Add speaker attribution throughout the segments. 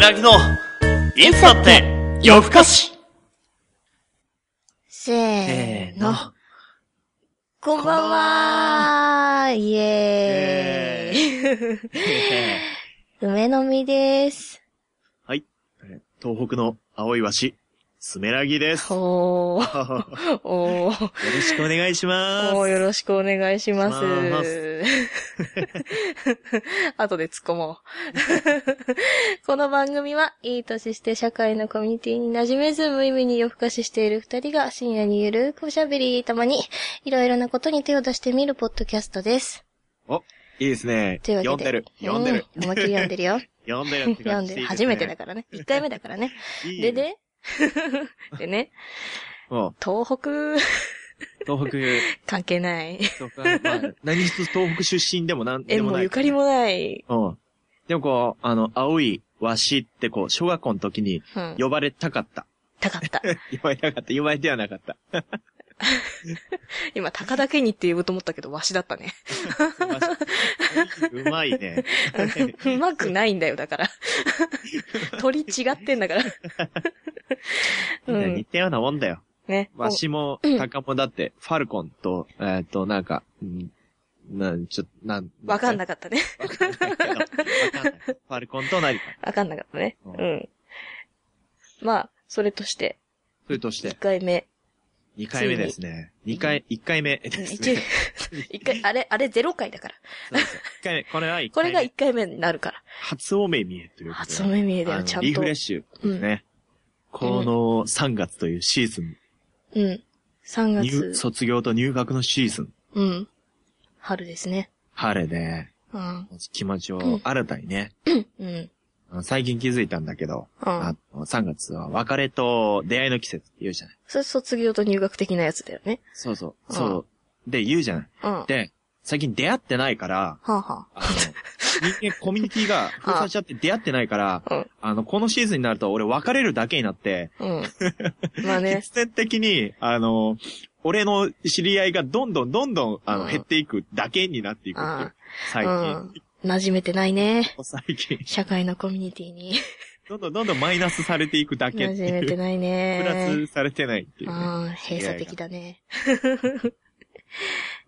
Speaker 1: なぎの、いつだって、夜更かし。
Speaker 2: せ
Speaker 1: せ
Speaker 2: ー
Speaker 1: ー
Speaker 2: の
Speaker 1: の。。
Speaker 2: こんばんはイエーイ梅の実です。
Speaker 1: はい。 東北の青い鷲、スメラギです。よ
Speaker 2: おー、
Speaker 1: ろ
Speaker 2: おー、
Speaker 1: しくお願いします。
Speaker 2: おーよろしくお願いしま
Speaker 1: お願い
Speaker 2: す。後で突っ込 もう。この番組は、いい年して社会のコミュニティに馴染めず、無意味に夜更かししている二人が深夜にゆるーくおしゃべり、たまに、いろいろなことに手を出してみるポッドキャストです。
Speaker 1: いいですね。
Speaker 2: というわけで。
Speaker 1: 読んでる。
Speaker 2: うん思いっきり読んでるよ。
Speaker 1: 読んでるっ て
Speaker 2: 読
Speaker 1: 感
Speaker 2: ん
Speaker 1: じ
Speaker 2: で
Speaker 1: いいすね。
Speaker 2: る。初めてだ からね。一回目だからね。
Speaker 1: いい
Speaker 2: で。で でね、
Speaker 1: うん。
Speaker 2: 東北、
Speaker 1: 東北、
Speaker 2: 関係 ない。
Speaker 1: 東北 は、まあ、何一つ東北出身でもなんで
Speaker 2: 縁
Speaker 1: も
Speaker 2: も
Speaker 1: ない。
Speaker 2: ゆかりもない。
Speaker 1: うん。でもこう、あの、青い鷲ってこう、小学校の時に
Speaker 2: うん。
Speaker 1: 呼ばれたかった。
Speaker 2: 高かった。
Speaker 1: 呼ばれなかった。呼ばれてはなか った。
Speaker 2: 今、高だけにって言おうと思ったけど、わしだった ね。
Speaker 1: うまいね。
Speaker 2: うまくないんだよ、だから。 鳥違ってんだ から。う
Speaker 1: 似
Speaker 2: ん。
Speaker 1: たようなもんだよ。
Speaker 2: ね。
Speaker 1: わしも、タカもだって、ファルコンと、えーっと、なんか、うんなん、ちょ、なん、
Speaker 2: わかん
Speaker 1: な
Speaker 2: なかったね。
Speaker 1: い。わかんないけど。わかんない。ファルコンと何か。
Speaker 2: わかんなかったね。
Speaker 1: う
Speaker 2: うんん。まあ、それとして、
Speaker 1: それとして
Speaker 2: 1、回目。
Speaker 1: 2回目ですね。2回、1回目です ね。
Speaker 2: 1回、あれ、あれ0回だから。
Speaker 1: そうそう一回目、これは1
Speaker 2: これ
Speaker 1: 回目。
Speaker 2: が1回目になるから。
Speaker 1: 初お目見えということで。
Speaker 2: 初目見えだ
Speaker 1: あ
Speaker 2: よ、
Speaker 1: の
Speaker 2: ちゃんと。
Speaker 1: リフレッシュですね。この3月というシーズン、
Speaker 2: うん。3
Speaker 1: 入
Speaker 2: 月。
Speaker 1: 卒業と入学のシーズン、
Speaker 2: うん。春ですね。
Speaker 1: 晴れで、
Speaker 2: うん。
Speaker 1: 気持ちを新たにね、
Speaker 2: うん。
Speaker 1: あの最近気づいたんだけど、
Speaker 2: うん
Speaker 1: あ。の3月は別れと出会いの季節って言うじゃない。
Speaker 2: それ卒業と入学的なやつだよね。
Speaker 1: そうそう。
Speaker 2: うん
Speaker 1: そう。で、言うじゃない。
Speaker 2: うん。は
Speaker 1: で、最近出会ってないから、
Speaker 2: あ、は
Speaker 1: あ の、人間コミュニティが封鎖しちゃって出会ってないから、
Speaker 2: あ、
Speaker 1: あの、このシーズンになると俺別れるだけになって、
Speaker 2: うん。うん。 まあね。
Speaker 1: 必然的に、あの、俺の知り合いがどんどんどんどん、あの、
Speaker 2: うん
Speaker 1: 減っていくだけになっていくっていう
Speaker 2: うんう
Speaker 1: 最近
Speaker 2: ん。。馴染めてないね。
Speaker 1: 最近。
Speaker 2: 社会のコミュニティ に。
Speaker 1: どんどんどんどんマイナスされていくだけっ
Speaker 2: 馴
Speaker 1: て
Speaker 2: 染
Speaker 1: い
Speaker 2: め
Speaker 1: う。
Speaker 2: てない
Speaker 1: プラ
Speaker 2: ね。
Speaker 1: スされてないっていう、ね。
Speaker 2: うん。閉鎖的だね。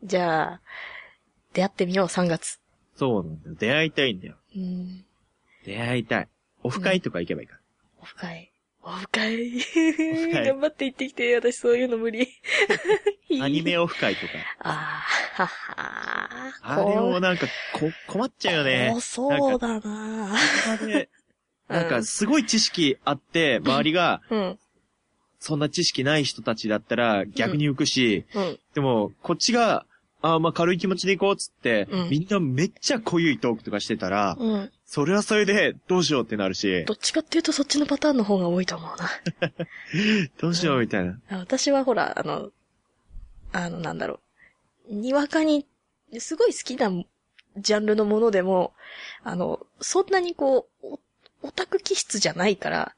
Speaker 2: じゃあ、出会ってみよう、3月。
Speaker 1: そうなんだよ。出会いたいんだよ。
Speaker 2: うん。
Speaker 1: 出会いたい。オフ会とか行けばいいか
Speaker 2: オフ会。オフ会。
Speaker 1: フ会
Speaker 2: 頑張って行ってきて、私そういうの無 理。
Speaker 1: ら。アニメオフ会とか。
Speaker 2: ああ、はは
Speaker 1: あれをなんか、こ、困っちゃうよね
Speaker 2: お。そうだな
Speaker 1: あれ なんか、すごい知識あって、周りが、
Speaker 2: うん、
Speaker 1: そんな知識ない人たちだったら逆に浮くし、
Speaker 2: うん、
Speaker 1: でも、こっちが、あーまあ軽い気持ちで行こうっつって、
Speaker 2: うん
Speaker 1: みんなめっちゃ濃ゆいトークとかしてたら、
Speaker 2: うん。
Speaker 1: それはそれでどうしようってなるし、
Speaker 2: どっちかっていうとそっちのパターンの方が多いと思う
Speaker 1: どうしようみたいな。
Speaker 2: な。私はほら、あの、あの、なんだろう。にわかに、すごい好きなジャンルのものでも、あの、そんなにこう、おオタク気質じゃないから、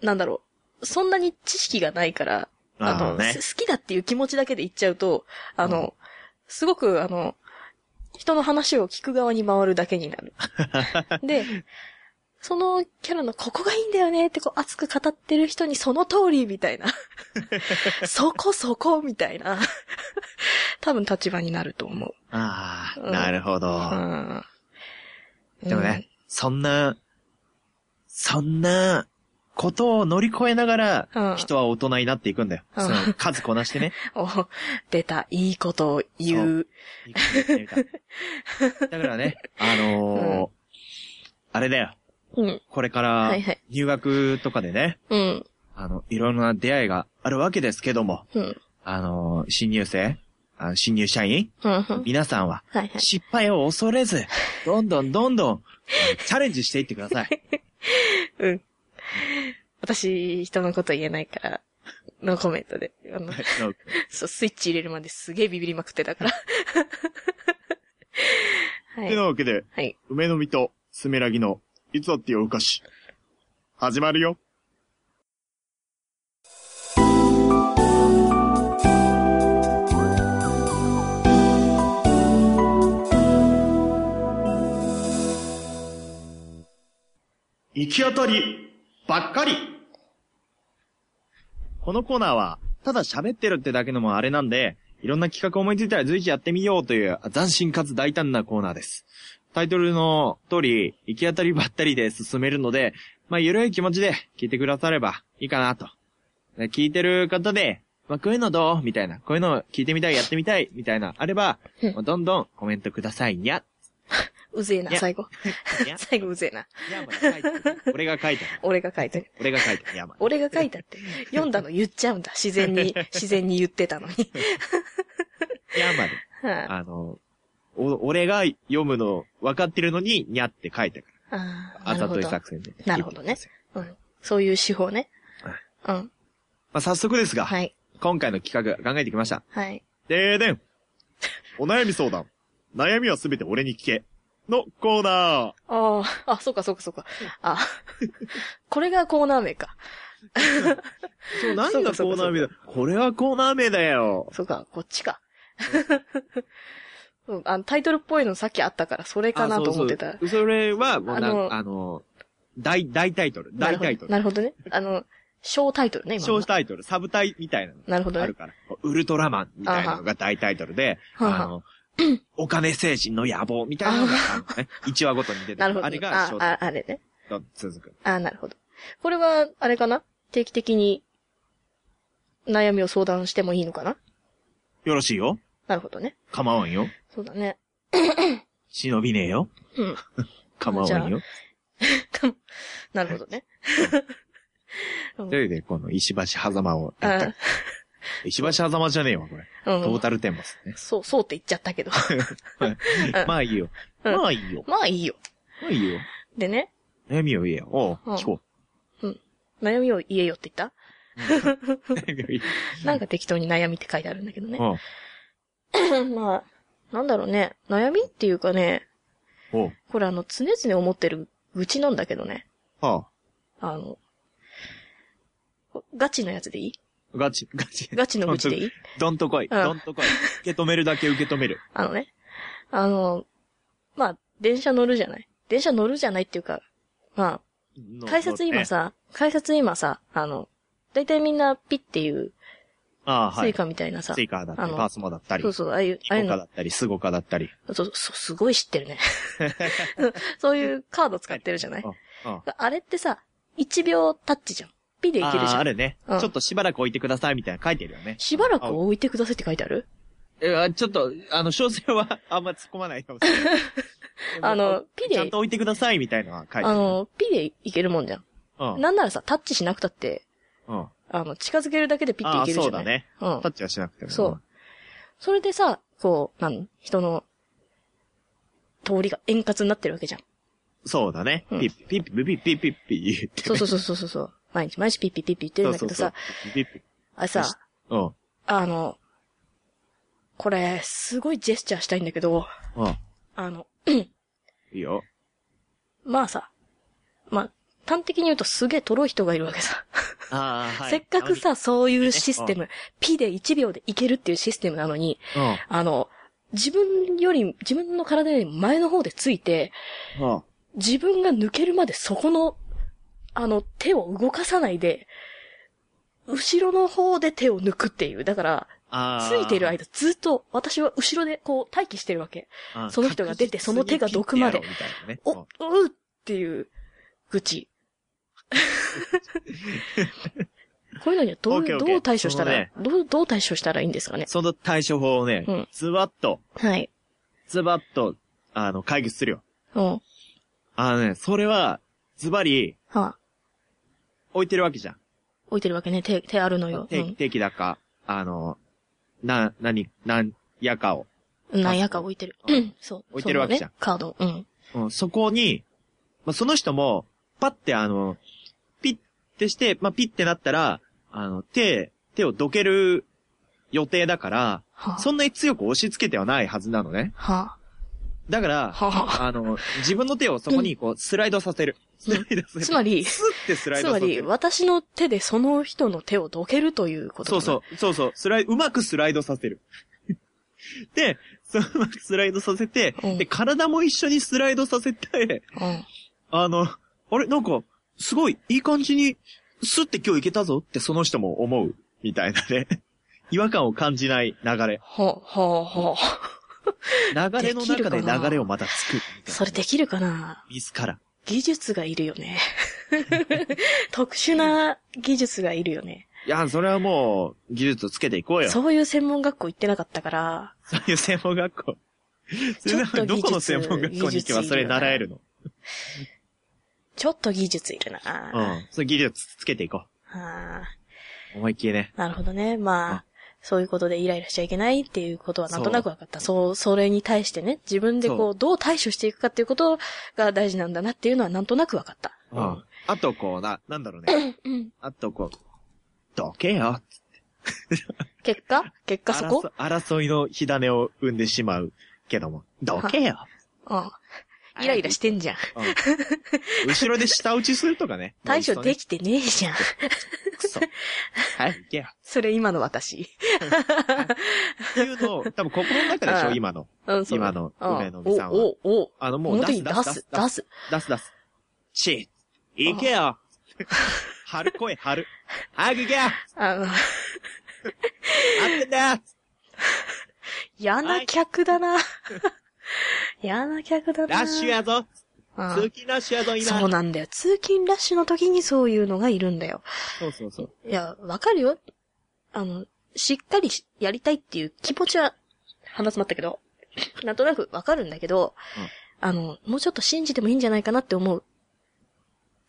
Speaker 2: なんだろう。そんなに知識がないから、あ
Speaker 1: あ
Speaker 2: の、
Speaker 1: のね。
Speaker 2: す好きだっていう気持ちだけで言っちゃうと、あの、
Speaker 1: うん
Speaker 2: すごく、あの、人の話を聞く側に回るだけにな る。で、そのキャラのここがいいんだよねってこう熱く語ってる人にその通りみたい な。そこそこみたいな。 多分立場になると思う。
Speaker 1: ああ、
Speaker 2: うん
Speaker 1: なるほど。
Speaker 2: うん。
Speaker 1: でもね、そんな、そんな、ことを乗り越えながら、
Speaker 2: うん
Speaker 1: 人は大人になっていくんだよ。
Speaker 2: うん
Speaker 1: その数こなして ね。
Speaker 2: うん。お、出た、いいことを言う。
Speaker 1: だからね、あのー
Speaker 2: う
Speaker 1: あれだよ。
Speaker 2: うん。
Speaker 1: これか
Speaker 2: は
Speaker 1: ら
Speaker 2: いはい、
Speaker 1: 入学とかでね、
Speaker 2: うん。
Speaker 1: あの、いろんな出会いがあるわけですけども、
Speaker 2: うん。
Speaker 1: あのー新入生、あの新入社員、
Speaker 2: うん。うん
Speaker 1: 皆さんは、
Speaker 2: はいはい。
Speaker 1: 失敗を恐れず、どんどんどんどん、あのチャレンジしていってくださ い。
Speaker 2: うん。私、人のこと言えないから、ノーコメントで。あの、そう、スイッチ入れるまですげえビビりまくってた から。は
Speaker 1: て
Speaker 2: い。
Speaker 1: なわけで、
Speaker 2: はい。
Speaker 1: 梅の実とスメラギの、いつだって夜更かし、始まるよ。行き当たりばっかり。このコーナーは、ただ喋ってるってだけのもあれなんで、いろんな企画思いついたら随時やってみようという斬新かつ大胆なコーナーです。タイトルの通り、行き当たりばったりで進めるので、まあ、ゆるい気持ちで聞いてくださればいいかなと。で聞いてる方で、まあ、こういうのどうみたいな。こういうの聞いてみたい、やってみたい、みたいな、あれば、
Speaker 2: うん
Speaker 1: もうどんどんコメントくださいにゃ。
Speaker 2: うぜえ
Speaker 1: い
Speaker 2: な、
Speaker 1: や
Speaker 2: 最後。
Speaker 1: にゃ
Speaker 2: 最後うぜえな。
Speaker 1: にゃも書いてる俺が書いてる。
Speaker 2: 俺が書いた。
Speaker 1: 俺が書いてる。 やばい。
Speaker 2: 俺が書いたって。読んだの言っちゃうんだ。自然 に、自然に言ってたのに。
Speaker 1: やまで。
Speaker 2: はい
Speaker 1: あの、お、俺が読むの分かってるのに、にゃって書いてる。
Speaker 2: ああ、
Speaker 1: あ
Speaker 2: なる
Speaker 1: ざ
Speaker 2: ほ
Speaker 1: とい
Speaker 2: ど。
Speaker 1: 作戦で。
Speaker 2: なるほどねうん。そういう手法ね。うん。
Speaker 1: まあ、早速ですが、
Speaker 2: はい。
Speaker 1: 今回の企画考えてきました。
Speaker 2: はい。
Speaker 1: でー でん。お悩み相談。悩みはすべて俺に聞け。のコーナー。
Speaker 2: ああ、あ、そうかそうかそうか。あこれがコーナー名か。
Speaker 1: そう、何
Speaker 2: そう
Speaker 1: が
Speaker 2: か
Speaker 1: コ
Speaker 2: そう
Speaker 1: ー
Speaker 2: か
Speaker 1: ナー名だこれはコーナー名だよ。
Speaker 2: そうか、こっちか。 うん、あのタイトルっぽいのさっきあったから、それかなと思ってた。
Speaker 1: あそうそうそれは、もうな
Speaker 2: あ
Speaker 1: ん
Speaker 2: の
Speaker 1: あの、大、大タイトル。
Speaker 2: なる
Speaker 1: 大
Speaker 2: ほ
Speaker 1: タイ
Speaker 2: ど
Speaker 1: トル。
Speaker 2: なるほどね。あの、小タイトルね、今の
Speaker 1: 小
Speaker 2: は。
Speaker 1: タイトル、サブタイみたいなの
Speaker 2: なるほど
Speaker 1: あ
Speaker 2: ね
Speaker 1: る。から。ウルトラマンみたいなのが大タイトルで、
Speaker 2: あは
Speaker 1: あの、お金精神の野望みたいなのがあるのね、1話ごとに出てく
Speaker 2: なるほど。
Speaker 1: あれが
Speaker 2: あ
Speaker 1: 小
Speaker 2: あ
Speaker 1: タ、
Speaker 2: あれね。
Speaker 1: イトル続く。
Speaker 2: あ、なるほど。これは、あれかな定期的に、悩みを相談してもいいのかな
Speaker 1: よろしいよ
Speaker 2: なるほどね。
Speaker 1: 構わんよ
Speaker 2: そうだね。
Speaker 1: 忍びねえよ
Speaker 2: うん。
Speaker 1: 構わんよ
Speaker 2: なるほどね。
Speaker 1: というわけで、この石橋狭間をやった
Speaker 2: あ
Speaker 1: 石橋狭間じゃねえわ、これ。
Speaker 2: う
Speaker 1: トー
Speaker 2: ん。
Speaker 1: タルテンボスね。
Speaker 2: そう、そうって言っちゃったけ ど。ん
Speaker 1: まあいいよ。
Speaker 2: うん
Speaker 1: まあいいよ。
Speaker 2: まあいいよ。
Speaker 1: まあいいよ。
Speaker 2: でね、
Speaker 1: 悩みを言えよ。おう、
Speaker 2: うん
Speaker 1: 聞こ
Speaker 2: 悩みを言えよって言った
Speaker 1: う。悩みを言え
Speaker 2: なんか適当に悩みって書いてあるんだけどね。
Speaker 1: よ。
Speaker 2: まあ、なんだろうね。悩みっていうかね、
Speaker 1: おう、おう、
Speaker 2: これあの、常々思ってる愚痴なんだけどね。
Speaker 1: は
Speaker 2: あの、ガチのやつでいい
Speaker 1: あ、ガチ、ガチ。
Speaker 2: ガチの愚痴でいい
Speaker 1: どんと来い。
Speaker 2: うん
Speaker 1: どんと来い。受け止めるだけ受け止める。
Speaker 2: あのね。あの、まあ、電車乗るじゃない電車乗るじゃないっていうか、まあ、改札今。さ、改札今さ、あの、だいたいみんなピッっていう、
Speaker 1: ああ、は
Speaker 2: スイ
Speaker 1: い。
Speaker 2: カみたいなさ、
Speaker 1: スイカだった
Speaker 2: あ
Speaker 1: り、
Speaker 2: の
Speaker 1: パースモだったり、
Speaker 2: そう
Speaker 1: ヒ
Speaker 2: そう、ああいう、ああいう
Speaker 1: コカ
Speaker 2: の
Speaker 1: だ、ったり、スゴカだったり。
Speaker 2: そうそう、すごい知って るね。そういうカード使ってるじゃない
Speaker 1: うんうん
Speaker 2: あれってさ、1秒タッチじゃん。ピでいけるじ
Speaker 1: あー
Speaker 2: ゃ
Speaker 1: あ
Speaker 2: ん。
Speaker 1: るね、
Speaker 2: うん
Speaker 1: ちょっとしばらく置いてくださいみたいなの書いてるよね。
Speaker 2: しばらく置いてくださいって書いてある
Speaker 1: えあちょっと、あの、詳細はあんま突っ込まないかもしれない。でも
Speaker 2: あの、ピ
Speaker 1: ちゃん
Speaker 2: で
Speaker 1: と、置いてくださいみたいなのは書いて
Speaker 2: あ
Speaker 1: る。
Speaker 2: の、ピでいけるもんじゃん。
Speaker 1: うん。
Speaker 2: なんならさ、タッチしなくたって、
Speaker 1: うん。
Speaker 2: あの、近づけるだけでピッ
Speaker 1: ああ
Speaker 2: ていけるじ
Speaker 1: そう
Speaker 2: ゃない
Speaker 1: だね。
Speaker 2: うん
Speaker 1: タッ。チはしなくても。
Speaker 2: そう。それでさ、こう、何人の、通りが円滑になってるわけ じゃん。
Speaker 1: そうだね。
Speaker 2: うん
Speaker 1: ピッピッピッピッピッピッピッ言って。
Speaker 2: そうそうそうそうそうそう。毎日毎日ピッピッピッピッ言ってるんだけどさ、
Speaker 1: そうそうそう。ピッピッ
Speaker 2: あれさ、
Speaker 1: うん。
Speaker 2: あの、これ、すごいジェスチャーしたいんだけど、
Speaker 1: うん。
Speaker 2: あの、
Speaker 1: いいよ。
Speaker 2: まあさ、まあ、端的に言うとすげえとろい人がいるわけさ。
Speaker 1: ああ、はい。
Speaker 2: せっかくさ、そういうシステム、P で1秒でいけるっていうシステムなのに、
Speaker 1: うん、
Speaker 2: あの、自分より、自分の体より前の方でついて、
Speaker 1: うん。
Speaker 2: 自分が抜けるまでそこの、あの、手を動かさないで、後ろの方で手を抜くっていう。だから、
Speaker 1: あ
Speaker 2: ついてる間ずっと私は後ろでこう待機してるわけ。
Speaker 1: 間
Speaker 2: その人が出てその手が毒まで
Speaker 1: みたいなね。
Speaker 2: お、うっていう愚 痴。こういうのにはど
Speaker 1: オ
Speaker 2: う、
Speaker 1: ッケーオッケー
Speaker 2: どう対処したら、
Speaker 1: そのね
Speaker 2: どう、どう対処したらいいんですかね。
Speaker 1: その対処法をね
Speaker 2: うん、
Speaker 1: ズバッと、
Speaker 2: はい。
Speaker 1: ズバッと、あの、解決するよ。
Speaker 2: うん。は
Speaker 1: あのね、それは、ズバリ、
Speaker 2: あ、
Speaker 1: 置いてるわけじゃん。
Speaker 2: 置いてるわけね。手、手あるのよ。う
Speaker 1: 定期、
Speaker 2: ん。
Speaker 1: 定期だか、あの、な、なに、なんやかを。
Speaker 2: 何やか置いてる。
Speaker 1: う
Speaker 2: うんん。そう。
Speaker 1: 置いてるわけじゃん
Speaker 2: そのねカード。うん。
Speaker 1: うん、そこに、まあ、その人も、パってあの、ピッてして、まあ、ピッてなったら、あの、手、手をどける予定だから、
Speaker 2: はあ。
Speaker 1: そんなに強く押し付けてはないはずなのね。
Speaker 2: は
Speaker 1: だから
Speaker 2: あ。、はあ。
Speaker 1: あの、自分の手をそこにこう、スライドさせる。ス
Speaker 2: うん
Speaker 1: ライドさせる。
Speaker 2: つまり
Speaker 1: スッてスライ
Speaker 2: つ
Speaker 1: ドさ
Speaker 2: ま
Speaker 1: せる。
Speaker 2: り、私の手でその人の手をどけるということか
Speaker 1: そう
Speaker 2: な
Speaker 1: そう、そうそう、スライ、うまくスライドさせる。 で、そううまくスライドさせて、
Speaker 2: うん
Speaker 1: で、体も一緒にスライドさせて、
Speaker 2: うん。
Speaker 1: あの、あれ、なんか、すごいいい感じに、スって今日いけたぞってその人も思う、みたいなね。 違和感を感じない流れ。
Speaker 2: ほうほうほう。
Speaker 1: 流れの
Speaker 2: で
Speaker 1: 中で
Speaker 2: きるかな
Speaker 1: 流れをまた作るみたいな。
Speaker 2: それできるかな
Speaker 1: 自ら。
Speaker 2: 技術がいるよ ね。特殊な技術がいるよね。
Speaker 1: いや、それはもう、技術をつけていこうよ。そ
Speaker 2: そういう専門学校行ってなかったから、
Speaker 1: ういう専門学 校。
Speaker 2: ちょっと技術
Speaker 1: どこの専門学校に行けばそれ習えるの
Speaker 2: ちょっと技術いるな。
Speaker 1: うん。その技術つけていこ
Speaker 2: あ
Speaker 1: う。思いっきりね。
Speaker 2: ーなるほどね。ま
Speaker 1: うん
Speaker 2: あ、そういうことでイライラしちゃいけないっていうことはなんとなく分かった。そう、それに対してね、自分でこう、どう対処していくかっていうことが大事なんだなっていうのはなんとなく分かった。
Speaker 1: うん。あとこう、な、なんだろうね。
Speaker 2: うん。
Speaker 1: あとこう、どけよ。
Speaker 2: 結果結果そこ
Speaker 1: 争争いの火種を生んでしまうけども。どけよ。
Speaker 2: うん。イライラしてんじゃん。
Speaker 1: うん後ろで舌打ちするとかね。
Speaker 2: 対処で
Speaker 1: き
Speaker 2: きてねえじ ゃん。
Speaker 1: くそ。はい、行けよ。
Speaker 2: それ今の私。
Speaker 1: っていうのを、多分心の 中でしょ、
Speaker 2: うん
Speaker 1: 今の。
Speaker 2: うん、そうだ
Speaker 1: 今の
Speaker 2: うん
Speaker 1: 梅の実さんは
Speaker 2: お、お、お。
Speaker 1: あの、もう
Speaker 2: 表
Speaker 1: 出す、
Speaker 2: に
Speaker 1: 出
Speaker 2: 出
Speaker 1: す
Speaker 2: す、、出す。
Speaker 1: 出す、出す。シー行けよ張る声、張る。早く行けよ
Speaker 2: あの、
Speaker 1: 合ってんだよ
Speaker 2: 嫌な客だな。嫌な客だな。
Speaker 1: ラッシュやぞ
Speaker 2: うん
Speaker 1: 通勤ラッシュやぞ、今
Speaker 2: そうなんだよ。通勤ラッシュの時にそういうのがいるんだよ。
Speaker 1: そうそうそう。
Speaker 2: いや、わかるよ。あの、しっかりしやりたいっていう気持ちは、話詰まったけ ど、なんとなくわかるんだけど、
Speaker 1: うん
Speaker 2: あの、もうちょっと信じてもいいんじゃないかなって思う。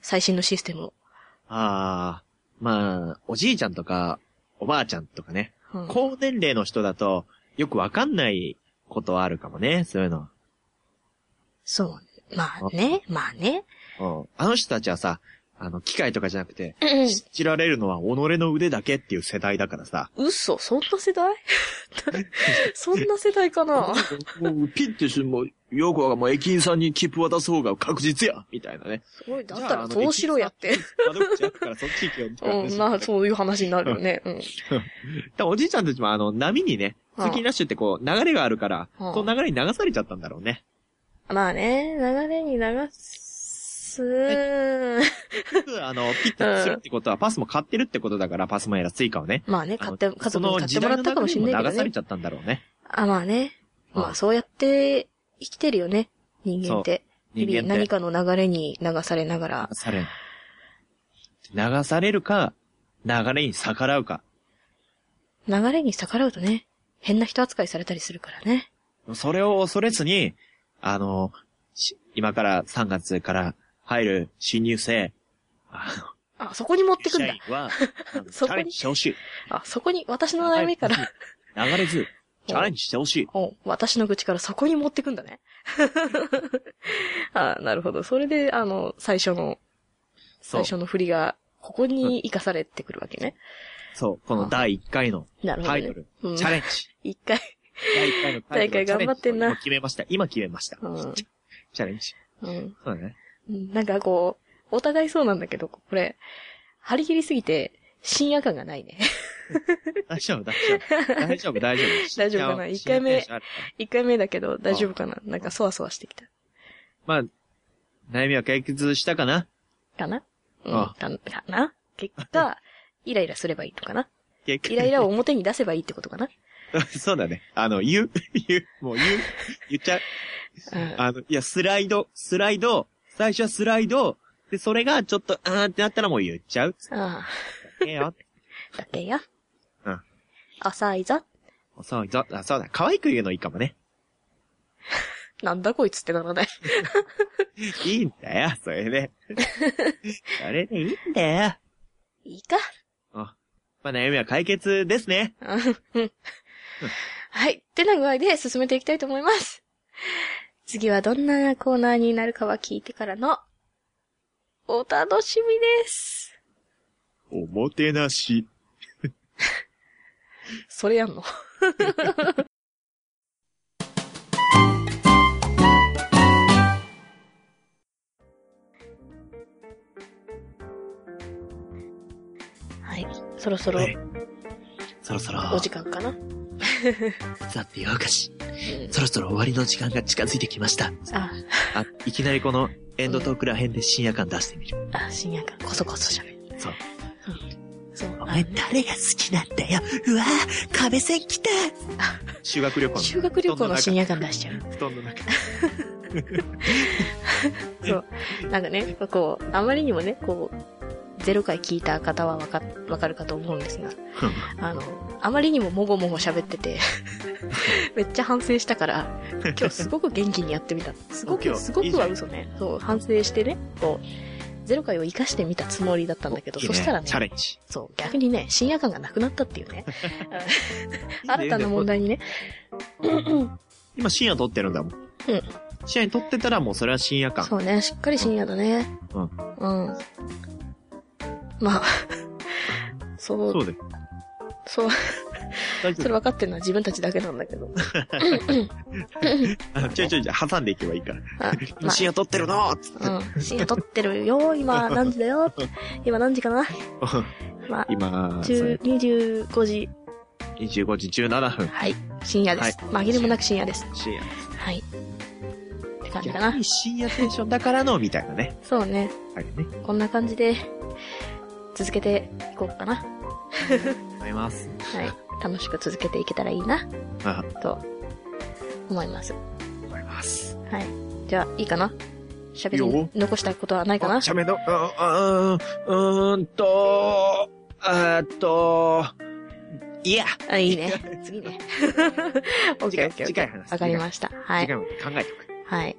Speaker 2: 最新のシステムを。
Speaker 1: ああ、まあ、おじいちゃんとか、おばあちゃんとかね、
Speaker 2: うん
Speaker 1: 高年齢の人だと、よくわかんないことはあるかもね、そういうのは。
Speaker 2: そう。まあね、まあね。
Speaker 1: うん。あの人たちはさ、あの、機械とかじゃなくて、
Speaker 2: うん
Speaker 1: 知知られるのは己の腕だけっていう世代だからさ。
Speaker 2: 嘘そんな世 代そんな世代かな
Speaker 1: もう、ピッてし、もう、ヨーコがもう駅員さんに切符渡す方が確実やみたいなね。
Speaker 2: すごい、だっ
Speaker 1: じ
Speaker 2: た
Speaker 1: ゃああ
Speaker 2: ら
Speaker 1: の
Speaker 2: そうしろやって。
Speaker 1: 窓口やったからそっち行けよみたいな
Speaker 2: う
Speaker 1: 話。
Speaker 2: ん、まあそういう話になるよね。うん。
Speaker 1: でもおじいちゃんたちもあの、波にね、
Speaker 2: うん
Speaker 1: 通勤ラッシュってこう、流れがあるから、
Speaker 2: うん
Speaker 1: その流れに流されちゃったんだろうね。
Speaker 2: まあね、流れに流す。
Speaker 1: あの、ピッてするってことは、パスも買ってるってことだから、パスもやらスイカをね。
Speaker 2: まあね、買って、
Speaker 1: あの
Speaker 2: 家族に買ってもらったかもしれ
Speaker 1: そ
Speaker 2: ないけ
Speaker 1: の時代の流
Speaker 2: ど
Speaker 1: れ
Speaker 2: ね
Speaker 1: に。ちゃったんだろうね。
Speaker 2: あ、まあね。
Speaker 1: うん
Speaker 2: まあそうやって生きてるよね。人間って。
Speaker 1: 人
Speaker 2: 日々
Speaker 1: 間っ
Speaker 2: 何
Speaker 1: て
Speaker 2: かの流れに流されながら
Speaker 1: 流。される。流されるか、流れに逆らうか。
Speaker 2: 流れに逆らうとね、変な人扱いされたりするからね。
Speaker 1: それを恐れずに、あの、し今から3月から入る新入生、あ
Speaker 2: あ、そこに持って
Speaker 1: の、
Speaker 2: くん
Speaker 1: 社
Speaker 2: だ
Speaker 1: 員。は、あのチ
Speaker 2: そこに
Speaker 1: ャレンジしてほしい。
Speaker 2: あ、そこに、私の悩みから。
Speaker 1: 流れず、チャレンジしてほしい。
Speaker 2: お私の口からそこに持ってくんだね。 あなるほど。それで、あの、最初の、
Speaker 1: そ
Speaker 2: 最。
Speaker 1: う
Speaker 2: 初の振りが、ここに生かされてくるわけね。
Speaker 1: そう。この第1回の
Speaker 2: なるほど、
Speaker 1: タイ
Speaker 2: ね。
Speaker 1: トル、
Speaker 2: うん
Speaker 1: チャレンジ。
Speaker 2: 一回、
Speaker 1: 第1回のタイトル、
Speaker 2: 大会頑張ってんな
Speaker 1: チャレンジ今決めました。今決めました。
Speaker 2: うん
Speaker 1: チャレンジ。
Speaker 2: うん
Speaker 1: そうだね。
Speaker 2: うん。なんかこう、お互いそうなんだけど、これ、張り切りすぎて、深夜感がないね。
Speaker 1: 大丈夫、大丈夫。大丈夫、大丈夫。
Speaker 2: 大丈夫かな一回目
Speaker 1: 新天地あるから
Speaker 2: 一回目だけど、大丈夫かななんか、そわそわしてきた。
Speaker 1: まあ、悩みは解決したかな
Speaker 2: かなうん。
Speaker 1: あ
Speaker 2: かかな結果、イライラすればいいのか な
Speaker 1: 結局
Speaker 2: イライラを表に出せばいいってことかな
Speaker 1: そうだね。あの、言う、 言う、もう言う、言っちゃう。
Speaker 2: うん。
Speaker 1: あの、いや、スライド、スライド、最初はスライド、で、それがちょっと、あーってなったらもう言っちゃう。
Speaker 2: あ
Speaker 1: ええよ。
Speaker 2: あ、だけや。
Speaker 1: うん。
Speaker 2: 浅いぞ。
Speaker 1: そう、ぞあそうだ、可愛く言うのいいかもね。
Speaker 2: なんだこいつってならない。
Speaker 1: いいんだよ、それで。 それでいいんだよ。
Speaker 2: いいか。
Speaker 1: あまあ、悩みは解決ですね。
Speaker 2: うんうんはい。ってな具合で進めていきたいと思います。次はどんなコーナーになるかは聞いてからの、お楽しみです。
Speaker 1: おもてなし。
Speaker 2: それやんのはい。そろそろ
Speaker 1: はいそろそろ、
Speaker 2: お時間かな。
Speaker 1: さてよかし、そろそろ終わりの時間が近づいてきました。
Speaker 2: あ、
Speaker 1: あ、いきなりこのエンドトークら辺で深夜感出してみる。
Speaker 2: あ、深夜感、こそこそ喋る。
Speaker 1: そう。
Speaker 2: そう。
Speaker 1: お
Speaker 2: あ
Speaker 1: 前誰が好きなんだよ。うわぁ、壁線来た修学旅行の。
Speaker 2: 修学旅行の深夜感出しちゃう。
Speaker 1: 布団の中。
Speaker 2: なんかね、こう、あまりにもね、こう、ゼロ回聞いた方はわか、わかるかと思うんですが、
Speaker 1: 布団の
Speaker 2: あの、あまりにももごもご喋って て、めっちゃ反省したから、今日すごく元気にやってみた。すご
Speaker 1: OK
Speaker 2: く、すごくは嘘ね。そう、反省してね、こう、ゼロ回を活かしてみたつもりだったんだけど、
Speaker 1: 中
Speaker 2: そしたら
Speaker 1: いい
Speaker 2: ね
Speaker 1: チ、ャレンジ。
Speaker 2: そう、逆にね、深夜感がなくなったって いうね、新たな問題に ね、
Speaker 1: 今深夜撮ってるんだもん。
Speaker 2: ん
Speaker 1: 深夜に撮ってたらもうそれは深夜感。
Speaker 2: そうね、しっかり深夜だね。
Speaker 1: うん
Speaker 2: うん。まあ、そう、
Speaker 1: そうだよ。
Speaker 2: そう、
Speaker 1: 大
Speaker 2: それ
Speaker 1: 丈
Speaker 2: 分かってるのは自分たちだけなんだけど。
Speaker 1: 夫。ちょいちょいちょい挟んでいけばいいから。
Speaker 2: あ
Speaker 1: 今深夜撮ってるのーっつって。
Speaker 2: まあ、うん。深夜撮ってるよ、今何時だ よ、今何時かな。まあ、
Speaker 1: 今、そ
Speaker 2: 10
Speaker 1: う
Speaker 2: 25時、
Speaker 1: 25時17分。
Speaker 2: はい、深夜です。
Speaker 1: はい
Speaker 2: 紛れもなく深夜です。
Speaker 1: 深夜。
Speaker 2: はい。って感じか
Speaker 1: 逆
Speaker 2: な。
Speaker 1: に深夜テンションだからの、みたいなね。
Speaker 2: そうね、
Speaker 1: あれね。
Speaker 2: こんな感じで、続けていこうかな。は
Speaker 1: 思います。
Speaker 2: い。楽しく続けていけたらいいな、
Speaker 1: あ、
Speaker 2: と思います。
Speaker 1: 思います。
Speaker 2: はい。じゃあ、いいかな喋
Speaker 1: いいよ
Speaker 2: り残したことはないかな
Speaker 1: あ、しゃべの、うーん、うーんと、えーっと、いや、
Speaker 2: あ、いいね。 次ね。 オッ
Speaker 1: 次
Speaker 2: ケーオッケーオ
Speaker 1: 回、
Speaker 2: ッケー。
Speaker 1: 次回話す。
Speaker 2: わかりました。は
Speaker 1: 次
Speaker 2: い。
Speaker 1: 回も考えておく。
Speaker 2: はい。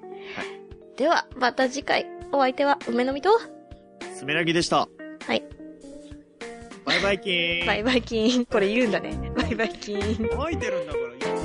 Speaker 2: では、また次回。お相手は、梅の実と、
Speaker 1: スメラギでした。
Speaker 2: はい。
Speaker 1: バイバイキーン。
Speaker 2: バイバイキーン。これ言うんだね。バイバイキーン。
Speaker 1: バイ。いてるんだから。